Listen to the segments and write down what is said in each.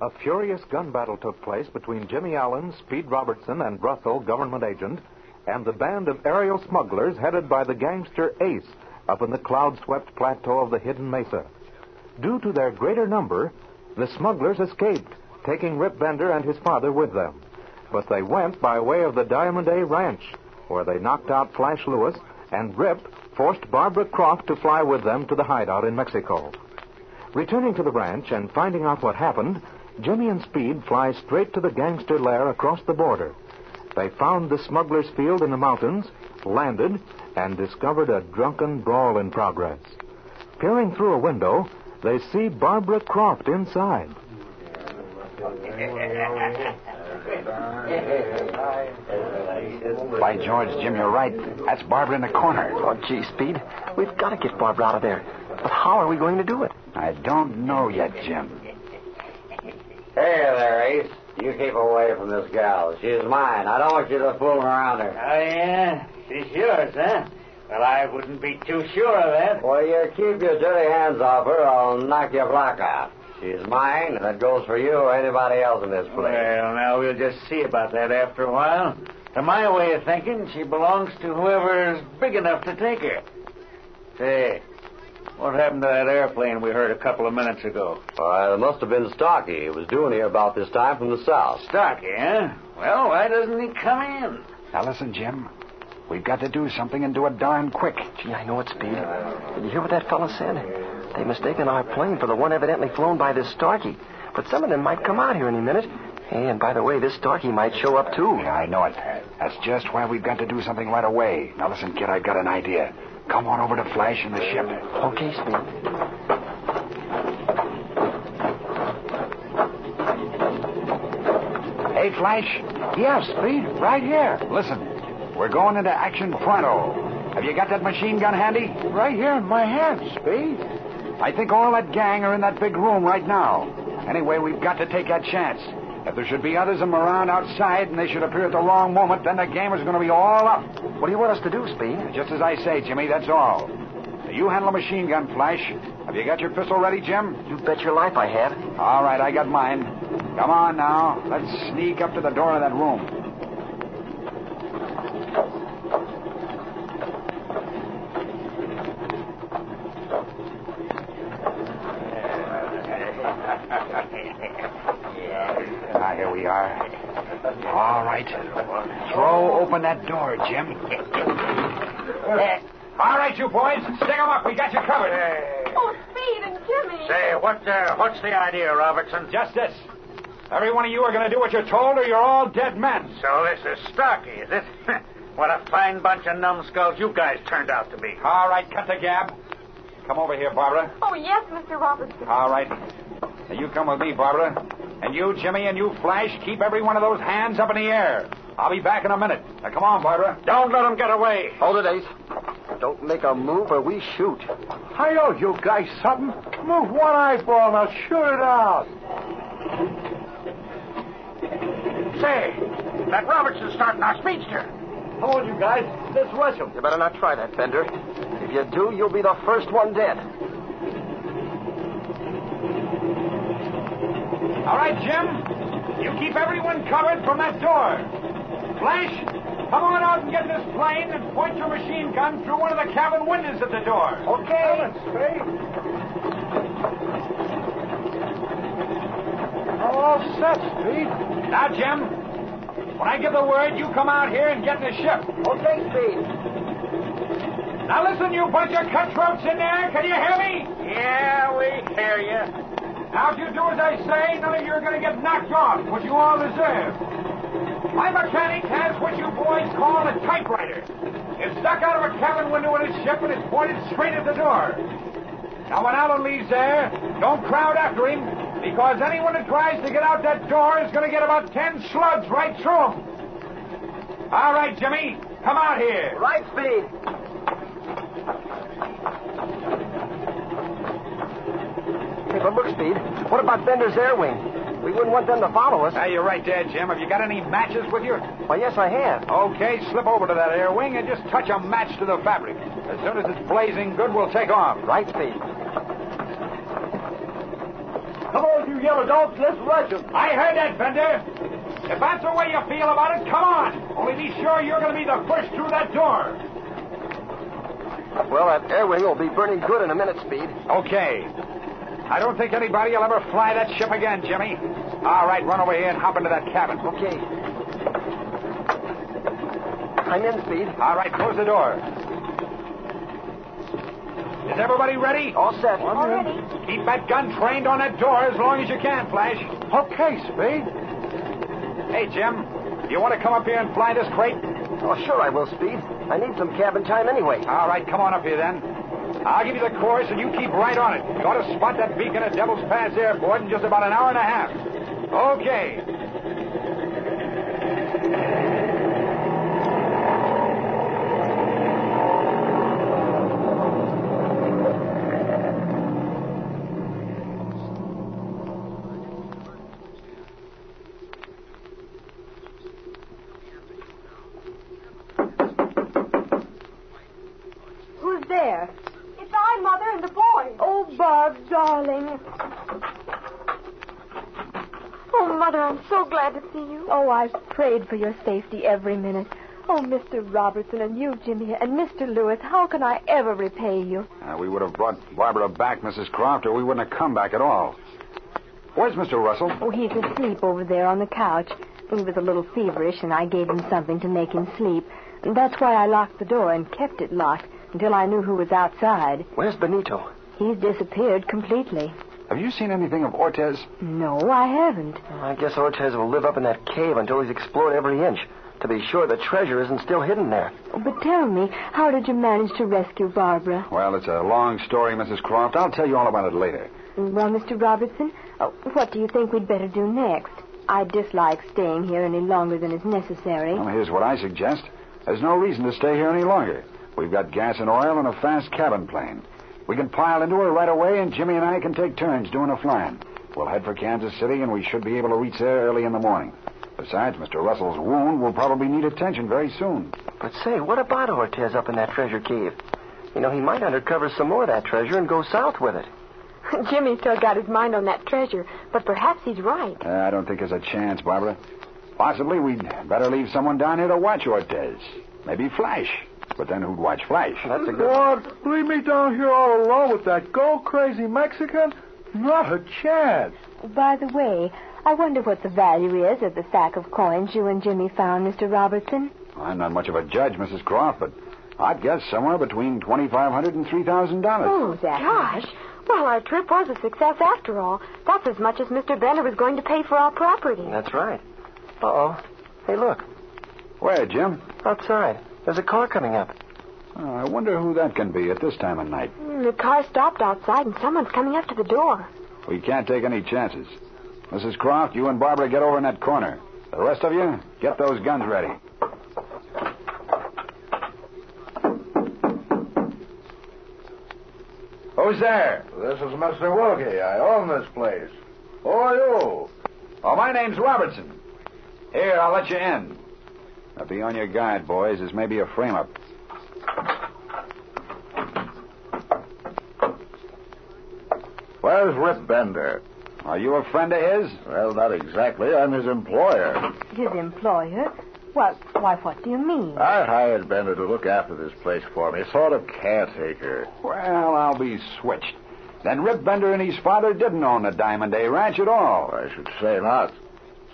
A furious gun battle took place between Jimmy Allen, Speed Robertson, and Russell, government agent, and the band of aerial smugglers headed by the gangster Ace up in the cloud swept plateau of the Hidden Mesa. Due to their greater number, the smugglers escaped, taking Rip Bender and his father with them. But they went by way of the Diamond A Ranch, where they knocked out Flash Lewis, and Rip forced Barbara Croft to fly with them to the hideout in Mexico. Returning to the ranch and finding out what happened, Jimmy and Speed fly straight to the gangster lair across the border. They found the smuggler's field in the mountains, landed, and discovered a drunken brawl in progress. Peering through a window, they see Barbara Croft inside. By George, Jim, you're right. That's Barbara in the corner. Oh, gee, Speed. We've got to get Barbara out of there. But how are we going to do it? I don't know yet, Jim. Hey there, Ace. You keep away from this gal. She's mine. I don't want you to fool around her. Oh, yeah? She's yours, huh? Well, I wouldn't be too sure of that. Well, you keep your dirty hands off her, I'll knock your block out. She's mine, and that goes for you or anybody else in this place. Well, now we'll just see about that after a while. To my way of thinking, she belongs to whoever's big enough to take her. Say, what happened to that airplane we heard a couple of minutes ago? Uh, it must have been Stocky. He was doing here about this time from the south. Stocky, huh? Well, why doesn't he come in? Now listen, Jim. We've got to do something and do it darn quick. Gee, I know it, Speed. Did you hear what that fellow said? They've mistaken our plane for the one evidently flown by this Starkey. But some of them might come out here any minute. Hey, and by the way, this Starkey might show up, too. Yeah, I know it. That's just why we've got to do something right away. Now listen, kid, I've got an idea. Come on over to Flash and the ship. Okay, Speed. Hey, Flash. Yeah, Speed, right here. Listen, we're going into action pronto. Have you got that machine gun handy? Right here in my hand, Speed. I think all that gang are in that big room right now. Anyway, we've got to take that chance. If there should be others of them around outside and they should appear at the wrong moment, then the game is going to be all up. What do you want us to do, Speed? Just as I say, Jimmy, that's all. Now, You handle a machine gun, Flash. Have you got your pistol ready, Jim? You bet your life I have. All right, I got mine. Come on now. Let's sneak up to the door of that room. Ah, here we are. All right. Throw open that door, Jim. All right, you boys. Stick 'em up. We got you covered. Oh, Speed and Jimmy. Say, what, uh, what's the idea, Robertson? Just this. Every one of you are going to do what you're told, or you're all dead men. So this is Stocky, is it? what a fine bunch of numbskulls you guys turned out to be. All right, cut the gab. Come over here, Barbara. Oh, yes, Mr. Robertson. All right. Now you come with me, Barbara. And you, Jimmy, and you, Flash, keep every one of those hands up in the air. I'll be back in a minute. Now come on, Barbara. Don't let them get away. Hold it, Ace. Don't make a move or we shoot. I owe you guys something. Move one eyeball and I'll shoot it out. Say, that Robertson's starting our speedster. Hold you guys. Let's rush him. You better not try that, Bender. If you do, you'll be the first one dead. All right, Jim. You keep everyone covered from that door. Flash, come on out and get this plane and point your machine gun through one of the cabin windows at the door. Okay. I'm all set, Speed. Now, Jim, when I give the word, you come out here and get in the ship. Okay, Speed. Now, listen, you bunch of cutthroats in there. Can you hear me? Yeah, we hear you. Now, if you do as I say, none of you are going to get knocked off, which you all deserve. My mechanic has what you boys call a typewriter. It's stuck out of a cabin window in his ship and it's pointed straight at the door. Now, when Allen leaves there, don't crowd after him, because anyone that tries to get out that door is going to get about ten slugs right through him. All right, Jimmy, come out here. Right, Speed. Hey, but look, Speed. What about Bender's air wing? We wouldn't want them to follow us. Now, you're right there, Jim. Have you got any matches with you? Why, yes, I have. Okay, slip over to that air wing and just touch a match to the fabric. As soon as it's blazing good, we'll take off. Right, Speed. Come on, you yellow dogs, let's rush them. I heard that, Bender. If that's the way you feel about it, come on. Only be sure you're going to be the first through that door. Well, that air wing will be burning good in a minute, Speed. Okay. I don't think anybody will ever fly that ship again, Jimmy. All right, run over here and hop into that cabin. Okay. I'm in, Speed. All right, close the door. Is everybody ready? All set. Already? Keep that gun trained on that door as long as you can, Flash. Okay, Speed. Hey, Jim, you want to come up here and fly this crate? Oh, sure I will, Speed. I need some cabin time anyway. All right, come on up here then. I'll give you the course and you keep right on it. You ought to spot that beacon at Devil's Pass Airport in just about an hour and a half. Okay. Who's there? It's I, Mother, and the boys. Oh, Bob, darling. Oh, Mother, I'm so glad to see you. Oh, I've prayed for your safety every minute. Oh, Mr. Robertson and you, Jimmy, and Mr. Lewis, how can I ever repay you? Uh, we would have brought Barbara back, Mrs. Croft, or we wouldn't have come back at all. Where's Mr. Russell? Oh, he's asleep over there on the couch. He was a little feverish, and I gave him something to make him sleep. That's why I locked the door and kept it locked until I knew who was outside. Where's Benito? He's disappeared completely. Have you seen anything of Ortez? No, I haven't. I guess Ortez will live up in that cave until he's explored every inch to be sure the treasure isn't still hidden there. But tell me, how did you manage to rescue Barbara? Well, it's a long story, Mrs. Croft. I'll tell you all about it later. Well, Mr. Robertson, uh, what do you think we'd better do next? I dislike staying here any longer than is necessary. Oh. Well, here's what I suggest. There's no reason to stay here any longer. We've got gas and oil and a fast cabin plane. We can pile into her right away, and Jimmy and I can take turns doing the flying. We'll head for Kansas City, and we should be able to reach there early in the morning. Besides, Mr. Russell's wound will probably need attention very soon. But say, what about Ortez up in that treasure cave? You know, he might undercover some more of that treasure and go south with it. Jimmy's still got his mind on that treasure, but perhaps he's right. Uh, I don't think there's a chance, Barbara. Possibly we'd better leave someone down here to watch Ortez. Maybe Flash. But then who'd watch Flash? That's a good. Lord, leave me down here all alone with that go crazy Mexican? Not a chance. By the way, I wonder what the value is of the sack of coins you and Jimmy found, Mr. Robertson. I'm not much of a judge, Mrs. Croft, but I'd guess somewhere between twenty-five hundred and three thousand dollars. Oh, that. Gosh. Well, our trip was a success after all. That's as much as Mr. Bender was going to pay for our property. That's right. Uh oh. Hey, look. Where, Jim? Outside. There's a car coming up. Oh, I wonder who that can be at this time of night. Hmm, The car stopped outside, and someone's coming up to the door. We can't take any chances. Mrs. Croft, you and Barbara get over in that corner. The rest of you, get those guns ready. Who's there? This is Mr. Wilkie. I own this place. Who are you? Oh, my name's Robertson. Here, I'll let you in. Now be on your guard, boys. This may be a frame up. Where's Rip Bender? Are you a friend of his? Well, not exactly. I'm his employer. His employer? Why, why, what do you mean? Uh. I hired Bender to look after this place for me, sort of caretaker. Well, I'll be switched. Then Rip Bender and his father didn't own the Diamond Day Ranch at all. I should say not.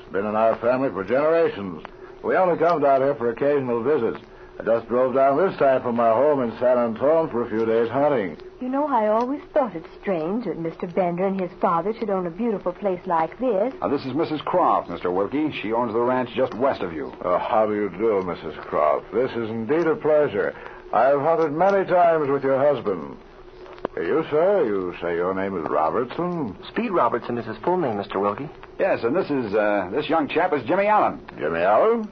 It's been in our family for generations. We only come down here for occasional visits. I just drove down this time from my home in San Antonio for a few days hunting. You know, I always thought it strange that Mr. Bender and his father should own a beautiful place like this. Now, this is Mrs. Croft, Mr. Wilkie. She owns the ranch just west of you. Oh, how do you do, Mrs. Croft? This is indeed a pleasure. I've hunted many times with your husband. You, sir, you say your name is Robertson? Speed Robertson is his full name, Mr. Wilkie. Yes, and this is uh, this young chap is Jimmy Allen. Jimmy Allen?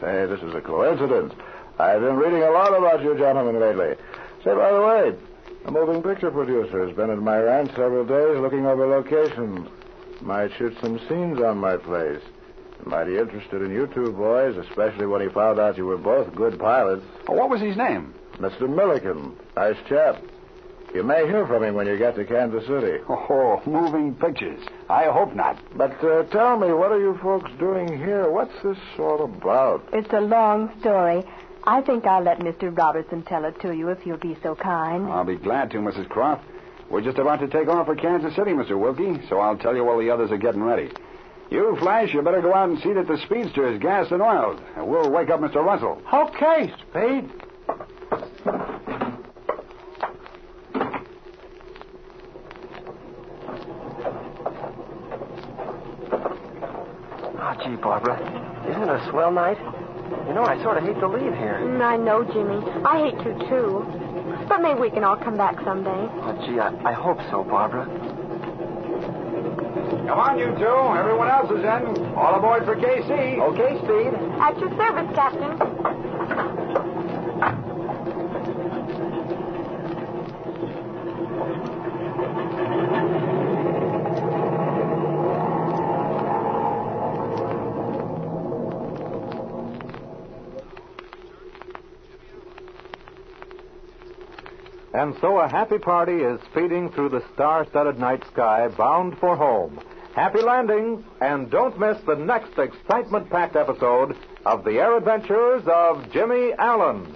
Say, this is a coincidence. I've been reading a lot about you gentlemen lately. Say, by the way, a moving picture producer has been at my ranch several days looking over locations. Might shoot some scenes on my place. Mighty interested in you two boys, especially when he found Oh, out you were both good pilots. What was his name? Mr. Milliken, nice chap. You may hear from him when you get to Kansas City. Oh, moving pictures. I hope not. But uh, tell me, what are you folks doing here? What's this all about? It's a long story. I think I'll let Mr. Robertson tell it to you if you'll be so kind. I'll be glad to, Mrs. Croft. We're just about to take off for Kansas City, Mr. Wilkie, so I'll tell you while the others are getting ready. You, Flash, you better go out and see that the speedster is gassed and oiled. and We'll wake up Mr. Russell. Okay, Spade. Oh, gee, Barbara, isn't it a swell night? You know, I sort of hate to leave here. Mm, I know, Jimmy. I hate to, too. But maybe we can all come back someday. Oh, gee, I, I hope so, Barbara. Come on, you two. Everyone else is in. All aboard for KC. Okay, Speed. At your service, Captain. And so a happy party is speeding through the star studded night sky bound for home. Happy landings, and don't miss the next excitement packed episode of The Air Adventures of Jimmy Allen.